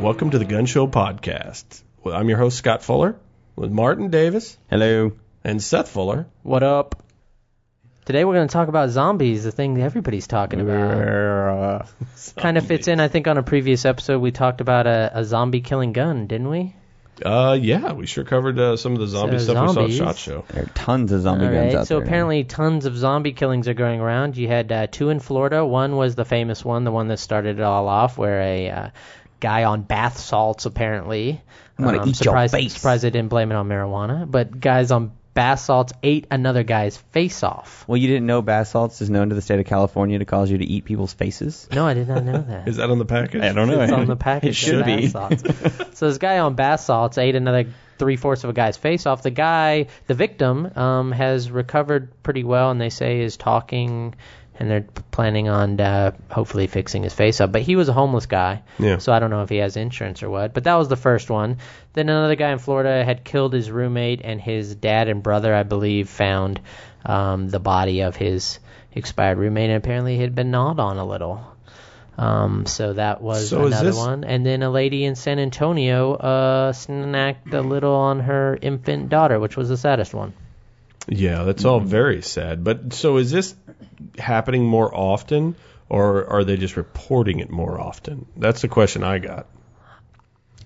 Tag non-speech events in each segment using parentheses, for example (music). Welcome to the Gun Show Podcast. Well, I'm your host, Scott Fuller, with Martin Davis Hello. and Seth Fuller. What up? Today we're going to talk about zombies, the thing that everybody's talking about. Uh, Kind of fits in, I think, on a previous episode we talked about a, a zombie killing gun, didn't we? Uh, yeah, we sure covered uh, some of the zombie So, stuff we zombies. saw at Shot Show. There are tons of zombie All guns right. out So there. apparently, tons of zombie killings are going around. You had uh, two in Florida. One was the famous one, the one that started it all off, where a uh, guy on bath salts apparently. Um, I'm gonna eat your surprised, face. Surprised they didn't blame it on marijuana, but guys on bath salts ate another guy's face off. Well, you didn't know bath salts is known to the state of California to cause you to eat people's faces? No, I did not know that. Is that on the package? It's on the package. (laughs) It should of be. bath salts. so this guy on bath salts ate another three fourths of a guy's face off. The guy, the victim, um, has recovered pretty well, and they say is talking, and they're planning on uh, hopefully fixing his face up. But he was a homeless guy, Yeah. so I don't know if he has insurance or what. But that was the first one. Then another guy in Florida had killed his roommate, and his dad and brother, I believe, found um, the body of his expired roommate, and apparently he had been gnawed on a little. Um, so that was So is another this- one. And then a lady in San Antonio uh, snacked a little on her infant daughter, which was the saddest one. Yeah, that's all very sad. But so is this happening more often, or are they just reporting it more often? That's the question I got.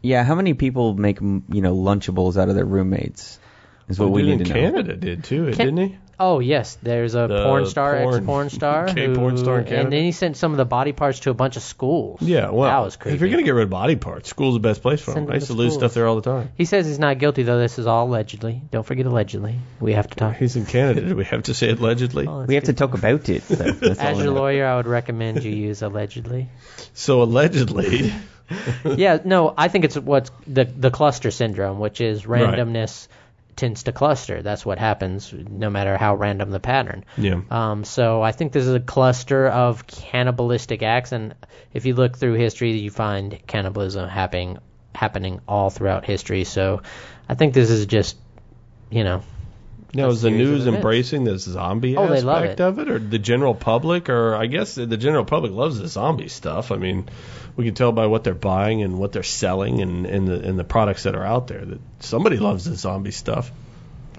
Yeah, how many people make, m- you know, Lunchables out of their roommates? Is what we Dude need in to know. Canada did too, didn't he? Oh yes, there's a The porn star, porn- ex-porn (laughs) star, gay who, porn star in Canada. and then he sent some of the body parts to a bunch of schools. Yeah, well, that was creepy. if you're gonna get rid of body parts, school's the best place for them. Send them I used to to lose schools. stuff there all the time. he says he's not guilty though. This is all allegedly. Don't forget allegedly. We have to talk. He's in Canada. Do (laughs) we have to say allegedly? Oh, that's We have to good. talk about it. (laughs) So that's all As your I know. lawyer, I would recommend you use allegedly. So allegedly, (laughs) yeah, no, I think it's what's the the cluster syndrome, which is randomness tends to cluster. That's what happens, no matter how random the pattern. Yeah. Um, so I think this is a cluster of cannibalistic acts, and if you look through history, you find cannibalism happening happening all throughout history. So I think this is just, you know, now is the series of news events. embracing the zombie Oh, they aspect love it. of it, or the general public, or I guess the general public loves the zombie stuff. I mean, we can tell by what they're buying and what they're selling, and, and the and the products that are out there that somebody loves the zombie stuff.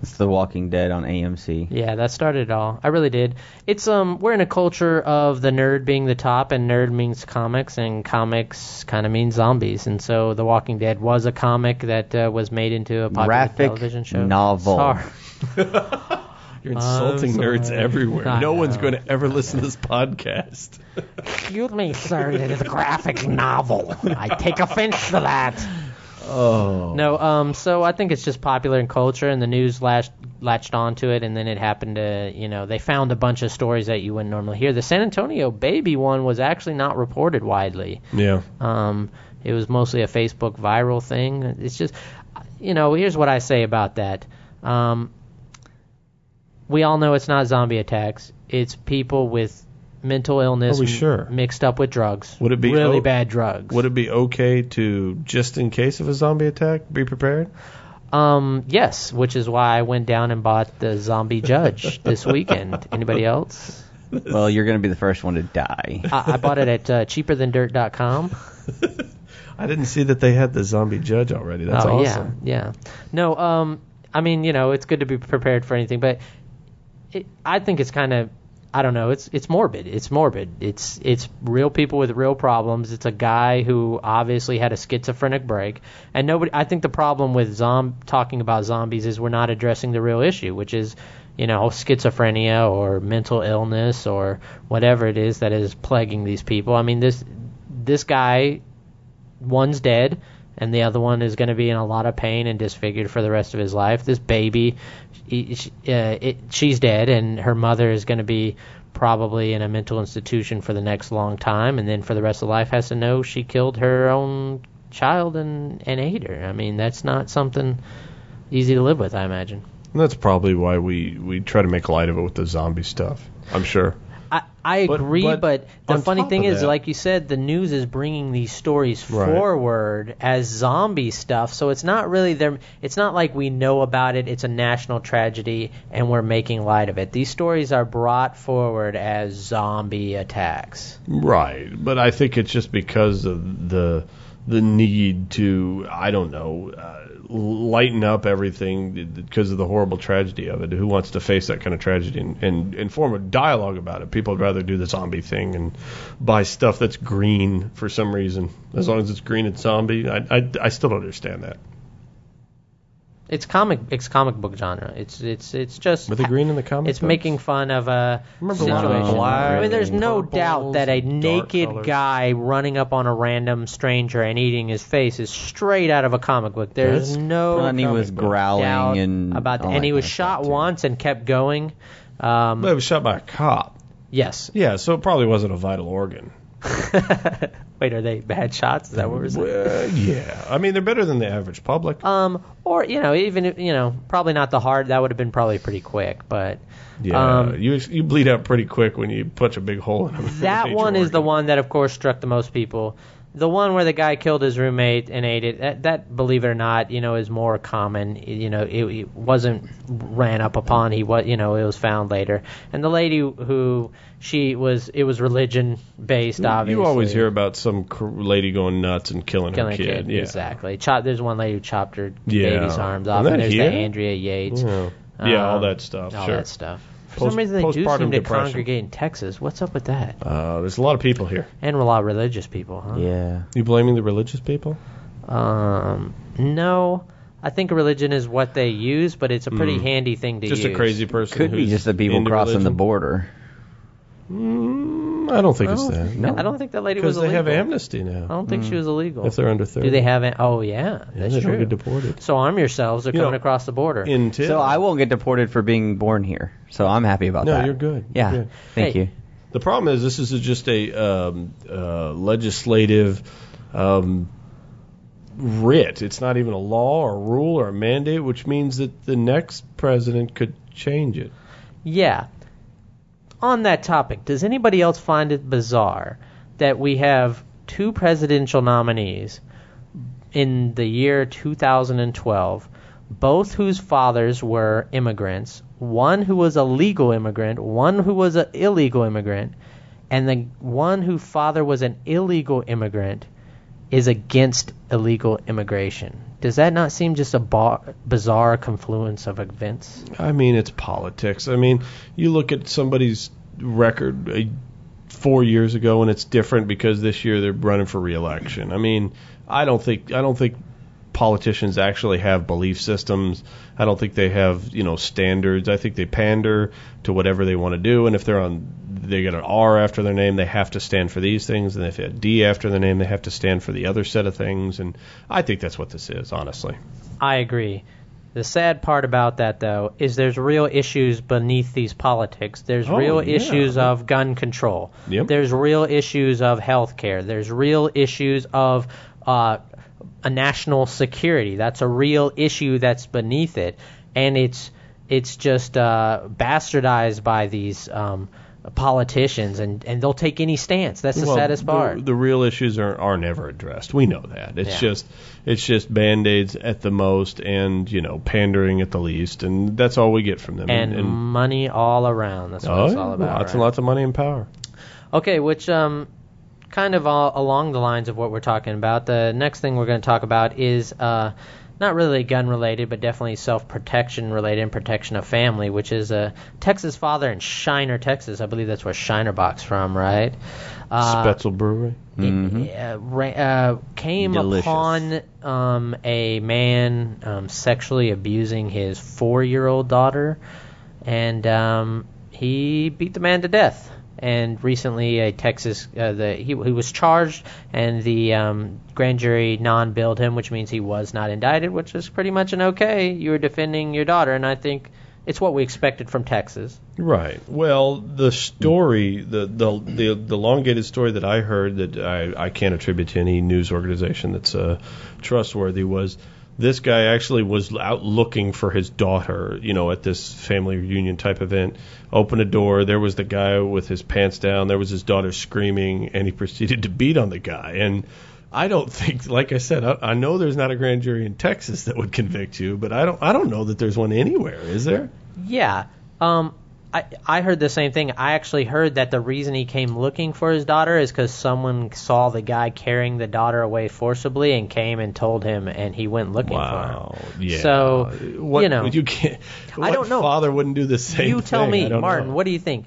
It's The Walking Dead (laughs) on AMC. Yeah, that started it all. I really did. It's um we're in a culture of the nerd being the top and nerd means comics and comics kind of means zombies. And so The Walking Dead was a comic that uh, was made into a popular Graphic television show. novel. Sorry. You're insulting sorry. nerds everywhere. (laughs) I no one's know. going to ever listen to this (laughs) podcast. Excuse me, sir. It is a graphic novel. I take offense to that. Oh, No, um, so I think it's just popular in culture, and the news latched, latched onto it, and then it happened to, you know, they found a bunch of stories that you wouldn't normally hear. The San Antonio baby one was actually not reported widely. yeah. Um, it was mostly a Facebook viral thing. It's just, you know, here's what I say about that. Um, we all know it's not zombie attacks. It's people with mental illness Are we m- sure? mixed up with drugs. Would it be really o- bad drugs? Would it be okay to just in case of a zombie attack, be prepared? Um, yes, which is why I went down and bought the Zombie Judge (laughs) this weekend. Anybody else? Well, you're going to be the first one to die. I, I bought it at uh, cheaperthandirt.com. I didn't see that they had the zombie judge already. That's oh awesome. yeah, yeah. No, um, I mean, you know, it's good to be prepared for anything, but it, I think it's kind of, I don't know, it's it's morbid. It's morbid. It's it's real people with real problems. It's a guy who obviously had a schizophrenic break, and nobody. I think the problem with zom talking about zombies is we're not addressing the real issue, which is. You know, schizophrenia or mental illness or whatever it is that is plaguing these people. I mean, this this guy one's dead and the other one is going to be in a lot of pain and disfigured for the rest of his life. This baby, he- she- uh, it, she's dead, and her mother is going to be probably in a mental institution for the next long time, and then for the rest of life has to know she killed her own child and, and ate her. I mean, that's not something easy to live with, I imagine. And that's probably why we, we try to make light of it with the zombie stuff. I'm sure. I, I But- agree, but but, on the funny top thing of is, that- like you said, the news is bringing these stories Right. forward as zombie stuff. So it's not really there. It's not like we know about it. It's a national tragedy, and we're making light of it. These stories are brought forward as zombie attacks. Right. But I think it's just because of the the need to I don't know uh, lighten up everything because of the horrible tragedy of it. Who wants to face that kind of tragedy and, and, and form a dialogue about it? People would rather do the zombie thing and buy stuff that's green for some reason. As long as it's green and zombie, I I, I still don't understand that. It's comic. It's comic book genre. It's it's it's just With the green in the comic. it's books? making fun of a Remember a lot of situation. black I mean, there's and no purples doubt that a and dark naked colors. guy running up on a random stranger and eating his face is straight out of a comic book. There's That's no and he comic was book. doubt growling and about that. all And he that was kind of shot stuff, too. once and kept going. Um, But it was shot by a cop. yes. Yeah, so it probably wasn't a vital organ. Wait, are they bad shots? Is that what we're saying? Well, yeah. I mean, they're better than the average public. Um, or you know, even if, you know, probably not the hard. That would have been probably pretty quick, but yeah, um, you you bleed out pretty quick when you punch a big hole (laughs) in them. that one is the one that, of course, struck the most people. The one where the guy killed his roommate and ate it. That, that believe it or not, you know, is more common. You know, it, it wasn't ran up upon. He was, you know, it was found later. And the lady who she was, it was religion based. Obviously, You always hear about some cr- lady going nuts and killing, killing her a kid. kid. Yeah. Exactly. Chop, there's one lady who chopped her Yeah. baby's arms off. Isn't And that there's here? the Andrea Yates. Yeah, Yeah, all Um, that stuff. all sure. that stuff. For Post- some reason, they do postpartum seem to depression. congregate in Texas. What's up with that? Uh, there's a lot of people here. And a lot of religious people, huh? Yeah. You blaming the religious people? Um, no, I think religion is what they use, but it's a pretty Mm. handy thing to Just use. a crazy person. Could be who's just the people into crossing the religion? border. Mm, I don't think I it's don't, that. No. I don't think that lady was Because they illegal. have amnesty I now. don't think she was illegal. If they're under 30. do they have? Am- oh yeah, Yeah, that's they true. don't get deported. So arm yourselves. They're You coming know, across the border. Into. So I won't get deported for being born here. So I'm happy about No, that. you're good. Yeah. You're good. Thank Hey. you. The problem is this is just a um, uh, legislative um, writ. It's not even a law or rule or a mandate, which means that the next president could change it. Yeah. On that topic, does anybody else find it bizarre that we have two presidential nominees in the year 2012, both whose fathers were immigrants, one who was a legal immigrant, one who was an illegal immigrant, and the one whose father was an illegal immigrant is against illegal immigration? Does that not seem just a bar- bizarre confluence of events? I mean, it's politics. I mean, you look at somebody's record uh, four years ago, and it's different because this year they're running for reelection. I mean, I don't think I don't think politicians actually have belief systems. I don't think they have you know standards. I think they pander to whatever they want to do, and if they're on they get an R after their name, they have to stand for these things, and if they have a D after their name, they have to stand for the other set of things. And I think that's what this is, honestly. I agree. The sad part about that, though, is there's real issues beneath these politics. There's Oh, real yeah. issues of gun control. Yep. There's real issues of health care. There's real issues of uh, a national security. That's a real issue that's beneath it, and it's it's just uh, bastardized by these um, politicians, and, and they'll take any stance. That's the Well, saddest part. The, the real issues are, are never addressed. We know that. It's Yeah. just it's just band aids at the most, and you know pandering at the least, and that's all we get from them. and, money all around. That's what oh, it's yeah, all about. lots right? and lots of money and power. Okay, which um, kind of all along the lines of what we're talking about. The next thing we're going to talk about is uh, not really gun related, but definitely self protection related and protection of family, which is a Texas father in Shiner, Texas. I believe that's where Shiner Box from, right? Uh, Spetzel Brewery. uh, ra- uh, came Delicious. upon um, a man um, sexually abusing his four-year-old daughter, and um, he beat the man to death. And recently, a Texas uh, the he, he was charged, and the um, grand jury non-billed him, which means he was not indicted, which is pretty much an okay. You were defending your daughter, and I think it's what we expected from Texas. Right. Well, the story, the the the, the elongated story that I heard that I, I can't attribute to any news organization that's uh, trustworthy was this guy actually was out looking for his daughter, you know, at this family reunion type event. Opened a door, there was the guy with his pants down, there was his daughter screaming, and he proceeded to beat on the guy. And I don't think, like I said, I, I know there's not a grand jury in Texas that would convict you, but I don't I don't know that there's one anywhere, is there? Yeah. Um, I, I heard the same thing. I actually heard that the reason he came looking for his daughter is because someone saw the guy carrying the daughter away forcibly and came and told him, and he went looking Wow. for her. Yeah. So what, you know, you can't. I don't what know. Father wouldn't do the same. you tell thing? I me, don't Martin, know. what do you think?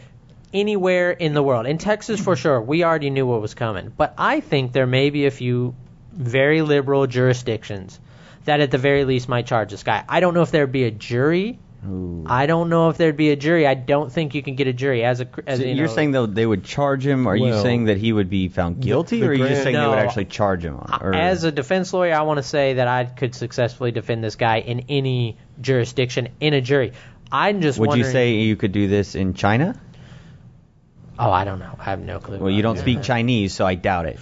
Anywhere in the world, in Texas for sure, we already knew what was coming. But I think there may be a few very liberal jurisdictions that, at the very least, might charge this guy. I don't know if there'd be a jury. Ooh. I don't know if there'd be a jury. I don't think you can get a jury as a as So you you're know- saying though they would charge him? Are you Well, saying that he would be found guilty, the or are you grand- just saying they would No. actually charge him? On, or, As a defense lawyer, I want to say that I could successfully defend this guy in any jurisdiction in a jury. I'm just would you wondering- say you could do this in China? Oh, I don't know. I have no clue. Well, you don't speak Chinese, so I doubt it.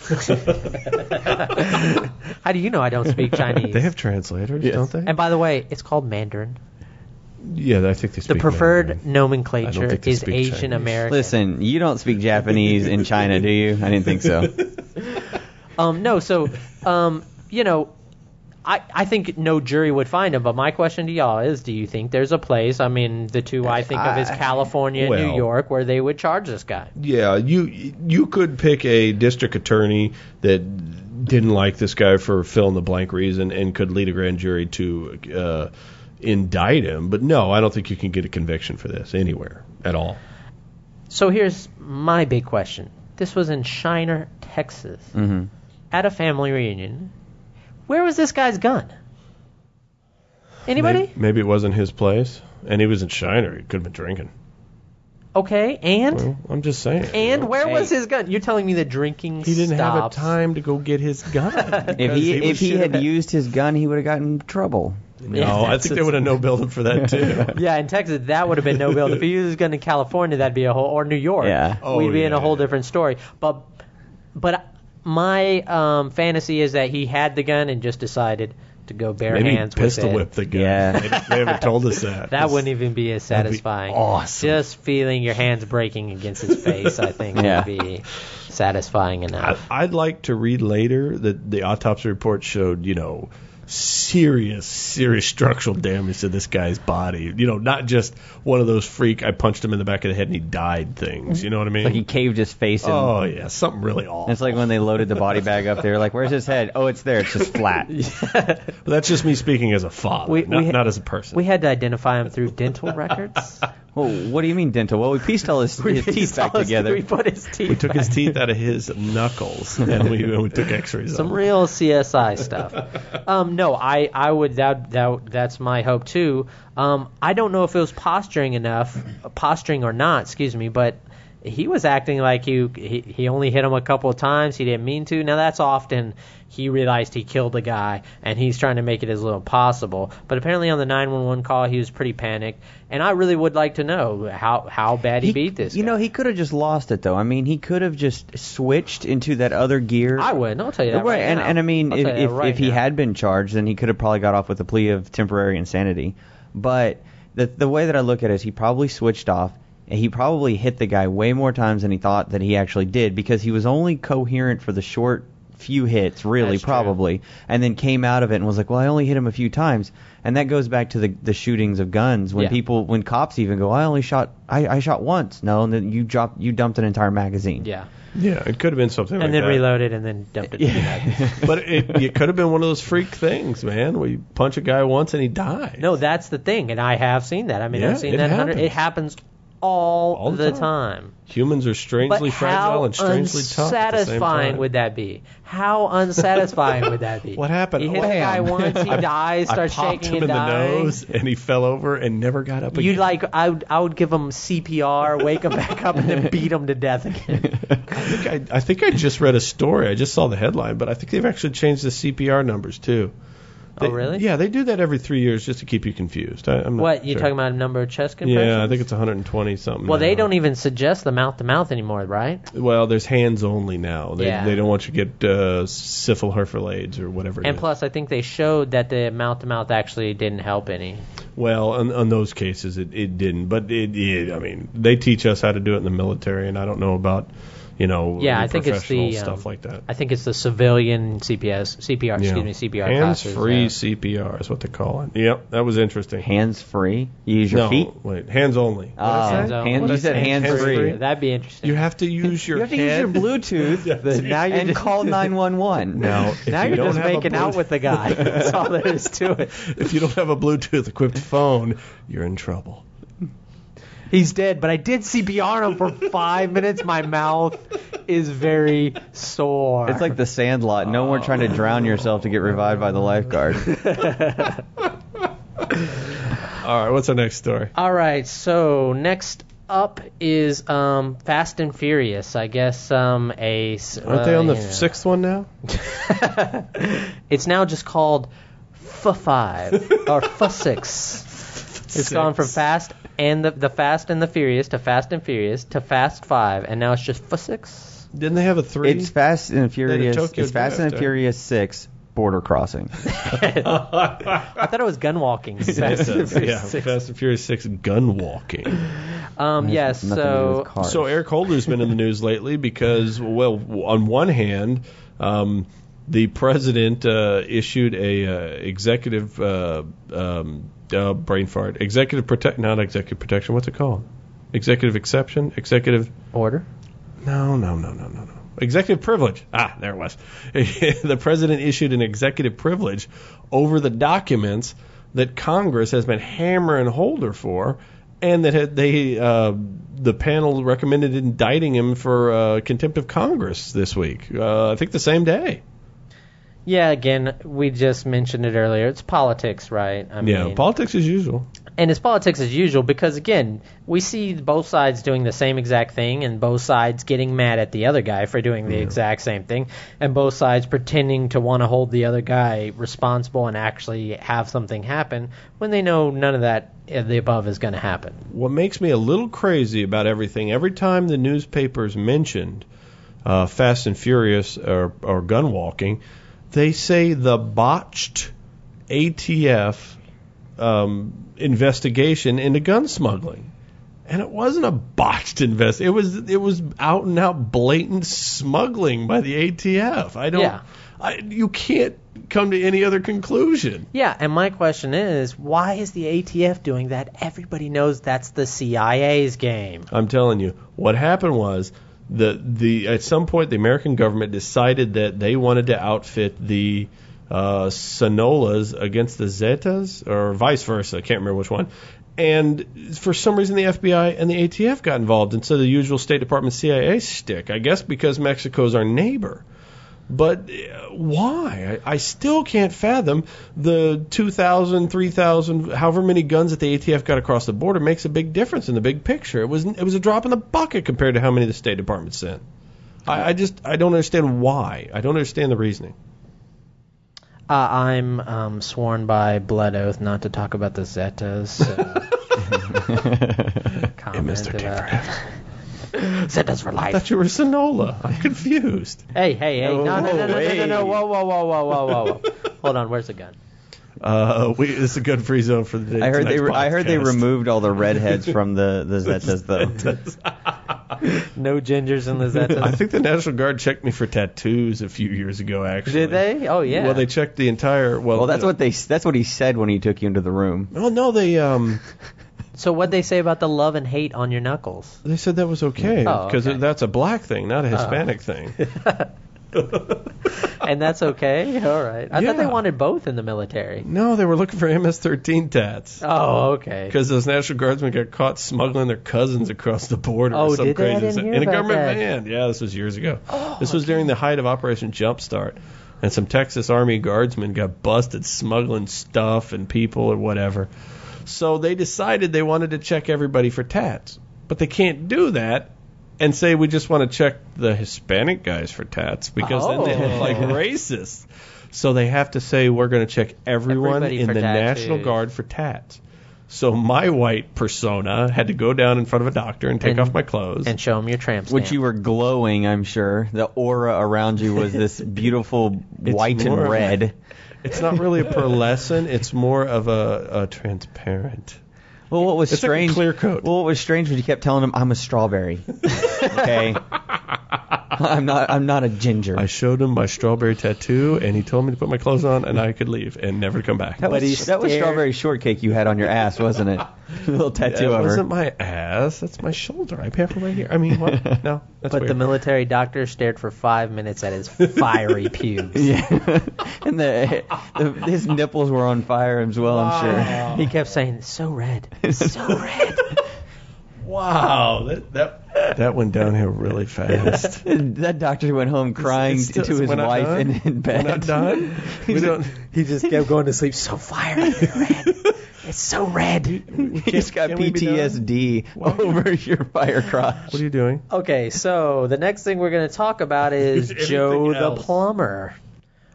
How do you know I don't speak Chinese? They have translators, Yes. don't they? and by the way, it's called Mandarin. yeah, I think they The speak preferred Mandarin. I don't nomenclature think they is speak Asian Chinese. American. Listen, you don't speak Japanese in China, do you? I didn't think so. Um, no, so um, you know, I I think no jury would find him. But my question to y'all is, do you think there's a place? I mean, the two I think of is I- California and Well- New York, where they would charge this guy. Yeah, you you could pick a district attorney that didn't like this guy for fill in the blank reason and could lead a grand jury to uh, indict him. But no, I don't think you can get a conviction for this anywhere at all. So here's my big question. This was in Shiner, Texas, at a family reunion. Where was this guy's gun? Anybody? Maybe, maybe it wasn't his place, and he was in Shiner. He could have been drinking. Okay, and Well, I'm just saying. and where Hey. was his gun? You're telling me the drinking he didn't stops. have a time to go get his gun. If he, was if he had shooting- used his gun, he would have gotten in trouble. no, I think they would have no billed him for that too. (laughs) Yeah, in Texas that would have been no bill. If he was going to California, that'd be a whole or New York. Yeah. Oh, we'd be in yeah, a whole yeah. different story. But but my um, fantasy is that he had the gun and just decided to go bare Maybe hands pistol with it. whip the guy. Yeah. They, they haven't told us that. That wouldn't even be as that'd be satisfying. awesome. Just feeling your hands breaking against his face, I think, Yeah. would be satisfying I- enough. I'd like to read later that the autopsy report showed, you know, serious, serious structural damage to this guy's body. You know, not just one of those freak I punched him in the back of the head and he died things. You know what I mean? Like he caved his face in. oh yeah, something really awful. It's like when they loaded the body bag up. They were like, "Where's his head? Oh, it's there. It's just flat." but that's just me speaking as a father, We- not, we- not as a person. We had to identify him through dental (laughs) records. Well, what do you mean dental? Well, we pieced all his, his teeth back together. We put his teeth. took his teeth out of his knuckles (laughs) and we, and we took X-rays. some of it. real CSI stuff. Um, no, I, I would that that that's my hope too. Um, I don't know if it was posturing enough, posturing or not, excuse me, but he was acting like he he, he only hit him a couple of times. He didn't mean to. Now that's often he realized he killed a guy and he's trying to make it as little possible. But apparently on the 911 call he was pretty panicked, and I really would like to know how how bad he, beat this. You guy. know, he could have just lost it though. I mean, he could have just switched into that other gear. I would. I'll tell you that right, and, now. and I mean, I'll if tell you that if, right if he now. had been charged, then he could have probably got off with a plea of temporary insanity. But the the way that I look at it is, he probably switched off. and He probably hit the guy way more times than he thought that he actually did because he was only coherent for the short few hits, really, That's true. probably, and then came out of it and was like, "Well, I only hit him a few times," and that goes back to the the shootings of guns when Yeah. people, when cops even go, "I only shot, I, I shot once," no, and then you dropped, you dumped an entire magazine. yeah. yeah, it could have been something. like and then that. reloaded and then dumped it. Yeah. but it, it could have been one of those freak things, man. where you punch a guy once and he dies. (laughs) No, that's the thing, and I have seen that. I mean, Yeah, I've seen it that. a hundred- happens. It happens all, All the the time. time. humans are But strangely fragile how and strangely tough. at the same unsatisfying time. would that be? How unsatisfying would that (laughs) be? What happened? He hit Oh, a guy damn. once, he (laughs) dies, I starts popped shaking him in and the dying. nose, and he fell over and never got up again. You like I would I would give him CPR, wake him back up, and (laughs) then beat him to death again. (laughs) I think I, I think I just read a story. I just saw the headline, but I think they've actually changed the CPR numbers too. Oh They- really? Yeah, they do that every three years just to keep you confused. I, I'm not What you sure. talking about? A number of chest compressions? Yeah, I think it's 120 something. Well, now. they don't even suggest the mouth to mouth anymore, right? Well, there's hands only now. They, Yeah. they don't want you to get uh, syphil herphalades or whatever. it And is. plus, I think they showed that the mouth to mouth actually didn't help any. Well, on, on those cases, it, it didn't. But it, it, I mean, they teach us how to do it in the military, and I don't know about you know, Yeah, I your think it's the, professional um, stuff like that. I think it's the civilian CPS, CPR, Yeah. excuse me, CPR classes. Hands-free yeah. CPR is what they call it. Yep, that was interesting. Hands free. You use your no, feet. wait, hands only. Ah, Hands on- hands- Oh, what you is said hands hands-free? free. free? Uh, That'd be interesting. You have to use your You have to head. use your Bluetooth Yes. now you and (laughs) call 911. Now, if now you you're don't just have a making out Bluetooth- with the (laughs) guy. That's all there is to it. if you don't have a Bluetooth equipped phone, you're in trouble. He's dead, but I did CPR on him for five minutes. My mouth is very sore. It's like the Sandlot. No more trying to drown yourself to get revived by (laughs) the lifeguard. All right, what's our next story? All right, so next up is um, Fast and Furious. I guess um, a. s- Aren't they on uh, the you know. sixth one now? (laughs) It's now just called F five or F six. It's gone from Fast and the the Fast and the Furious to Fast and Furious to Fast five, and now it's just F six. Didn't they have a three? It's Fast and Furious. Tokyo It's Fast Drift, and eh? Furious Six. (laughs) Border crossing. I thought it was gun walking. It Fast and says, (laughs) yeah, (laughs) Furious six. Fast and Furious Six gun walking. Um, yes. Nothing to do with So cars. So Eric Holder's been in the news lately because, well, on one hand, um, the president uh, issued a uh, executive uh, um, uh, brain fart, executive protect, not executive protection. What's it called? Executive exception, executive. order. No, no, no, no, no, no. Executive privilege. Ah, there it was. (laughs) the president issued an executive privilege over the documents that Congress has been hammering Holder for, and that had- they uh, the panel recommended indicting him for uh, contempt of Congress this week. Uh, I think the same day. Yeah. Again, we just mentioned it earlier. It's politics, right? I Yeah, mean, politics as usual. and it's politics as usual because again we see both sides doing the same exact thing and both sides getting mad at the other guy for doing the exact same thing and both sides pretending to want to hold the other guy responsible and actually have something happen when they know none of that uh, the above is going to happen what makes me a little crazy about everything, every time the newspapers mentioned uh, Fast and Furious or, or gun walking, they say the botched ATF um, investigation into gun smuggling. And it wasn't a botched invest. It was it was out and out blatant smuggling by the ATF. I don't. Yeah. I, you can't come to any other conclusion. yeah and my question is why is the atf doing that everybody knows that's the cia's game I'm telling you, what happened was the the at some point the American government decided that they wanted to outfit the uh, Sonolas against the Zetas or vice versa. I can't remember which one. And for some reason, the FBI and the ATF got involved instead of the usual State Department CIA stick. I guess because Mexico's our neighbor. But uh, why? I, I still can't fathom the 2,000, 3,000, however many guns that the ATF got across the border makes a big difference in the big picture. It was it was a drop in the bucket compared to how many the State Department sent. I, I just I don't understand why. I don't understand the reasoning. Uh, I'm um, sworn by blood oath not to talk about the Zetas. So. Comment Mr. T about- forever. (laughs) Zetas for I life. thought you were Sonola. I'm confused. Hey, hey, hey! No, no, no, no, no, no, no, Whoa, Oh, no! Whoa, whoa, whoa, whoa, whoa, whoa! whoa. Hold on, where's the gun? Uh, we, this is a good free zone for the day. I heard they tonight's re- I heard they podcast. removed all the redheads from the the (laughs) Zetas though. No (laughs) gingers in the I Zetas. think the National Guard checked me for tattoos a few years ago. Actually, Did they? Oh yeah. Well, they checked the entire. Well, Well, that's you know- what they that's what he said when he took you into the room. Well, no, they um So what they say about the love and hate on your knuckles? they said that was okay Oh, because okay. that's a black thing, not a Hispanic thing. (laughs) And that's (laughs) okay. All right. I thought they Yeah. wanted both in the military. No, they were looking for MS-13 tats Oh, okay. because those National Guardsmen got caught smuggling their cousins across the border. Oh, or some did they? I crazy didn't thing. hear in a about government that. Oh, van. Yeah, this was years ago. this was during the height of Operation Jumpstart, and some Texas Army Guardsmen got busted smuggling stuff and people or whatever. So they decided they wanted to check everybody for tats, but they can't do that and say we just want to check the Hispanic guys for tats because then they Oh. look like racists. So they have to say we're going to check everyone Everybody in for the National tattoos. Guard for tats. So my white persona had to go down in front of a doctor and take And- off my clothes. And show them your tramp stamp. Which you were glowing, I'm sure. The aura around you (laughs) was this beautiful white and more- red. it's not really a pearlescent; it's more of a, a transparent. Well, what was It's like a strange? clear coat. (laughs) Well, what was strange was you kept telling him, "I'm a strawberry." okay. I'm not. I'm not a ginger. I showed him my strawberry tattoo, and he told me to put my clothes on, and I could leave and never come back. that But he was, that was stared- strawberry shortcake you had on your ass, wasn't (laughs) it? the little That tattoo of her. wasn't my ass. That's my shoulder. I pamper right here. I mean, what? No, that's but the weird. military doctor stared for five minutes at (laughs) his fiery pubes. (laughs) Yeah, and the, the his nipples were on fire as well. I'm He kept saying, "So red, (laughs) so red." wow, that that that went downhill (laughs) really fast. sure. (laughs) that doctor went home crying It's still- to his we're not wife done? in, in bed. We're not (laughs) done. We don't. He just kept going to sleep. So fiery, red. It's so red. We (laughs) He's can't- got can we be done? PTSD over your fire crotch. What are you doing? Okay, so the next thing we're going to talk about is Everything Joe the else. plumber.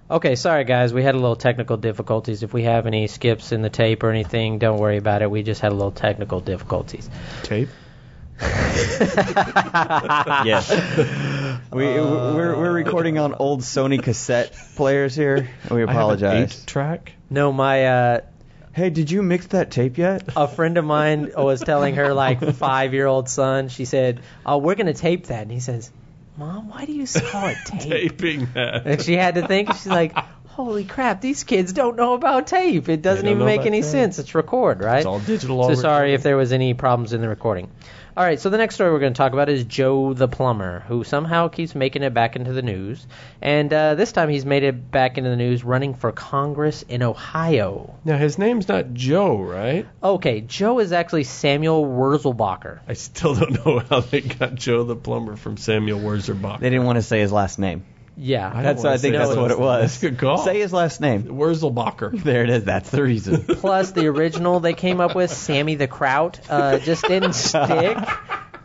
Okay, sorry guys, we had a little technical difficulties. If we have any skips in the tape or anything, don't worry about it. We just had a little technical difficulties. (laughs) Tape. yes. We, we're, we're recording on old Sony cassette players here. and We I have an apologize. eight track. No, my uh, Hey, did you mix that tape yet? a friend of mine was telling (laughs) her like five year old son. She said, "Oh, we're going to tape that," and he says, "Mom, why do you Oh, (laughs) call it tape?" Taping that. And she had to think. She's like, "Holy crap, these kids don't know about tape. It doesn't don't even know make about any tape. sense. It's record, right?" It's all digital. So already. sorry if there was any problems in the recording. All right, so the next story we're going to talk about is Joe the plumber, who somehow keeps making it back into the news, and uh, this time he's made it back into the news running for Congress in Ohio. Now his name's not Joe, right? Okay, Joe is actually Samuel Wurzelbacher. I still don't know how they got Joe the plumber from Samuel They Wurzelbacher. didn't want to say his last name. Yeah, I don't That's wanna I think say that's his what last it name. was. That's a good call. Say his last name. Wurzelbacher. There it is. That's the (laughs) reason. plus the original they came up with, Sammy the Kraut, uh, just (laughs) didn't stick.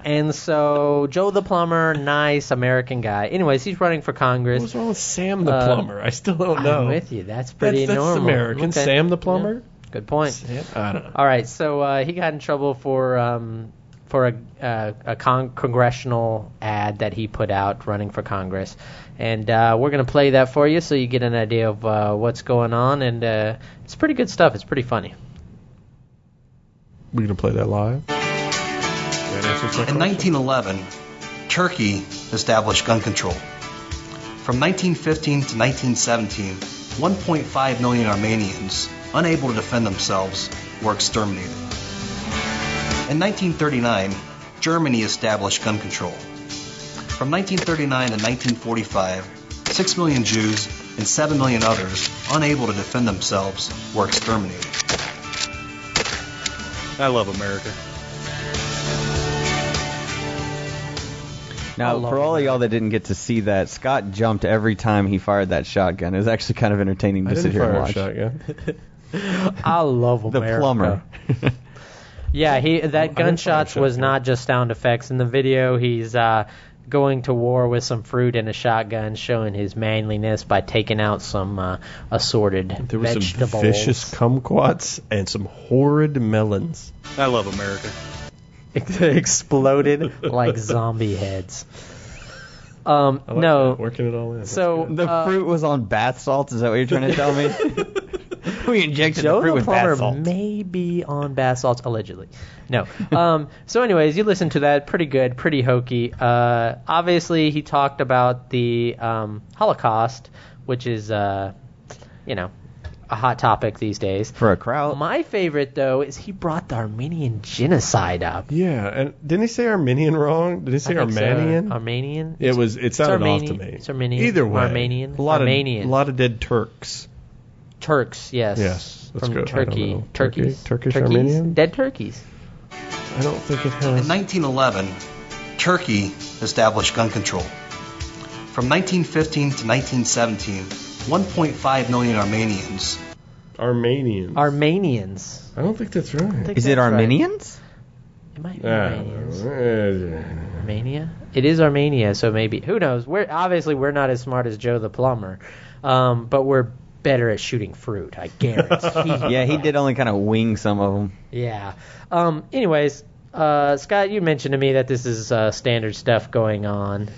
And so Joe the plumber, nice American guy. Anyways, he's running for Congress. What's wrong with Sam the Uh, plumber? I still don't know. I'm with you. That's That's, pretty that's normal. American. Okay. Sam the plumber. Yeah, Good point. Sam, I don't know. All right, so uh, he got in trouble for um, for a, uh, a con- congressional ad that he put out running for Congress, and uh, we're gonna play that for you so you get an idea of uh, what's going on, and uh, it's pretty good stuff. It's pretty funny. We're gonna play that live. In 1911, Turkey established gun control. From 1915 to 1917, 1.5 million Armenians, unable to defend themselves, were exterminated. In 1939, Germany established gun control. From 1939 to 1945, 6 million Jews and 7 million others, unable to defend themselves, were exterminated. I love America. Now, love for all of y'all that didn't get to see that, Scott jumped every time he fired that shotgun. It was actually kind of entertaining to I didn't sit here and fire a watch. shotgun. (laughs) I love The America. plumber. Yeah, he that fire gunshots shotgun. was not just sound effects. In the video, he's uh, going to war with some fruit and a shotgun, showing his manliness by taking out some uh, assorted There were vegetables. some vicious (laughs) (laughs) kumquats and some horrid melons. I love America. exploded like zombie heads. Um, (laughs) I like no, that, working it all in. That's so good. The uh, fruit was on bath salts. Is that what you're trying to (laughs) tell me? we injected Joe the fruit the with plumber bath salts. may be on bath salts allegedly. No. (laughs) Um, so, anyways, you listen to that. Pretty good. Pretty hokey. Uh, obviously, he talked about the um, Holocaust, which is, uh, you know, a hot topic these days. for a crowd. My favorite though is he brought the Armenian genocide up. yeah, and didn't he say Armenian wrong? Did he say I think so. Armenian? Armenian. It was. It sounded Armeni- off to me. it's Armenian. Either way, Armenian. A lot Armenian. of a lot of dead Turks. Turks, yes. Yes, that's From good. I don't Turkey. know. Turkey? Turkeys. Turkish Turkeys? Armenian? Dead turkeys. I don't think it In has. 1911, Turkey established gun control. From 1915 to 1917, 1.5 million Armenians. Armenian. Armenians. I don't think that's I right. think Is it that's right. (laughs) Armenians? It might be Ah, Armenians. uh, Armenia? It is Armenia, so maybe who knows? We're obviously we're not as smart as Joe the plumber, um, but we're better at shooting fruit. I (laughs) guarantee. Yeah, he did only kind of wing some of them. yeah. Um. Anyways, uh, Scott, you mentioned to me that this is uh, standard stuff going on.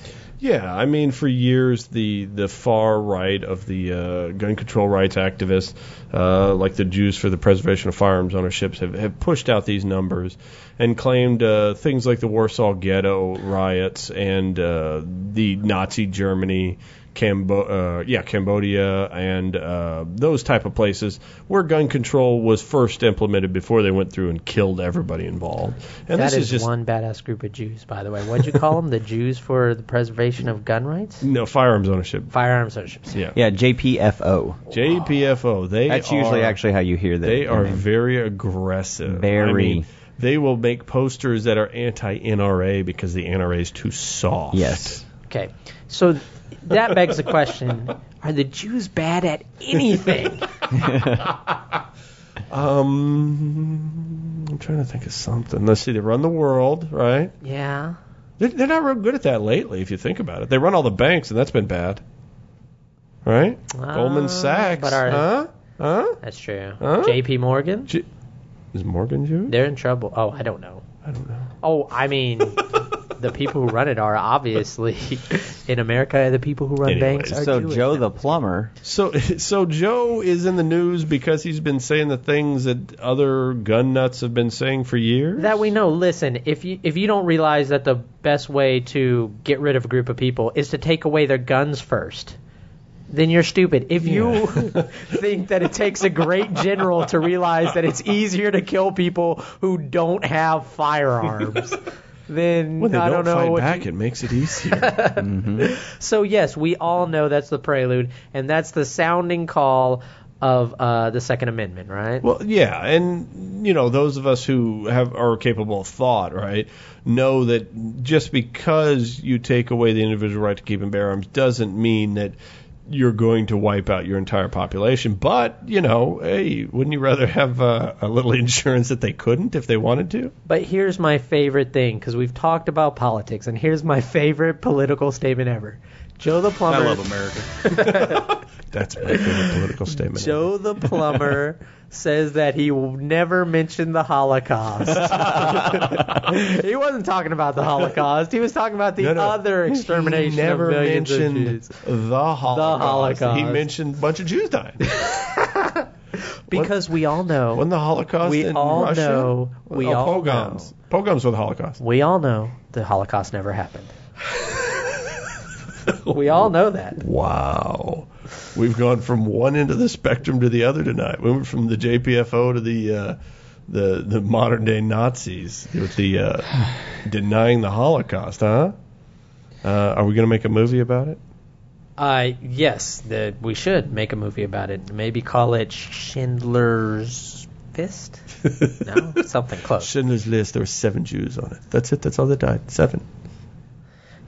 Yeah, I mean, for years the the far right of the uh, gun control rights activists, uh, like the Jews for the Preservation of Firearms on our ships, have, have pushed out these numbers and claimed uh, things like the Warsaw Ghetto riots and uh, the Nazi Germany, Cambo- uh, yeah, Cambodia, and uh, those type of places where gun control was first implemented before they went through and killed everybody involved. And That this is is just one badass group of Jews, by the way. What'd you call them? The Jews for the preservation of gun rights, no firearms ownership. firearms ownerships. Yeah. Yeah, JPFO. JPFO. They That's usually are- actually how you hear that. They the are name. very aggressive. Very. I mean, they will make posters that are anti-NRA because the NRA is too soft. Yes. Okay, so th- that begs the question: Are the Jews bad at (laughs) anything? Um, I'm trying to think of something. Let's see. They run the world, right? yeah. They're, they're not real good at that lately, if you think about it. They run all the banks, and that's been bad. Right? Goldman Sachs. Uh, but our- huh? Huh? That's true. Huh? J.P. Morgan? J- is Morgan Jewish? They're in trouble. Oh, I don't know. I don't know. Oh, (laughs) I mean, the people who run it are obviously in America. The people who run Anyways, banks are So Jewish. Joe the plumber. So, so Joe is in the news because he's been saying the things that other gun nuts have been saying for years. that we know. Listen, if you if you don't realize that the best way to get rid of a group of people is to take away their guns first, then you're stupid. If you (laughs) think that it takes a great general to realize that it's easier to kill people who don't have (laughs) firearms, then when they I don't, don't, know fight what back, it makes it (laughs) easier. So yes, we all know that's the prelude, and that's the sounding call of uh, the Second Amendment, right? well, yeah, and you know those of us who have are capable of thought, right, know that just because you take away the individual right to keep and bear arms doesn't mean that you're going to wipe out your entire population. But you know, hey, wouldn't you rather have uh, a little (laughs) insurance that they couldn't if they wanted to? but here's my favorite thing, because we've talked about politics, and here's my favorite political statement ever: Joe the plumber. I love America. That's my favorite political statement. ever. Joe (laughs) the plumber says that he will never mention (laughs) the Holocaust. he wasn't talking about the Holocaust. He was talking about the No, no. other extermination He never of millions mentioned of Jews. the Holocaust. Holocaust. He mentioned a bunch of Jews (laughs) died. Because we all know When the Holocaust We in all Russia, know- we oh, all pogroms. Pogroms were the Holocaust. We all know the Holocaust never happened. we all know that. Wow, we've gone from one end of the spectrum to the other tonight. We went from the JPFO to the uh, the the modern day Nazis with the uh, (sighs) denying the Holocaust, huh? Uh, are we going to make a movie about it? Uh, yes, the, we should make a movie about it. Maybe call it Schindler's Fist? No, (laughs) something close. Schindler's List. There were seven Jews on it. That's it. That's all that died. Seven.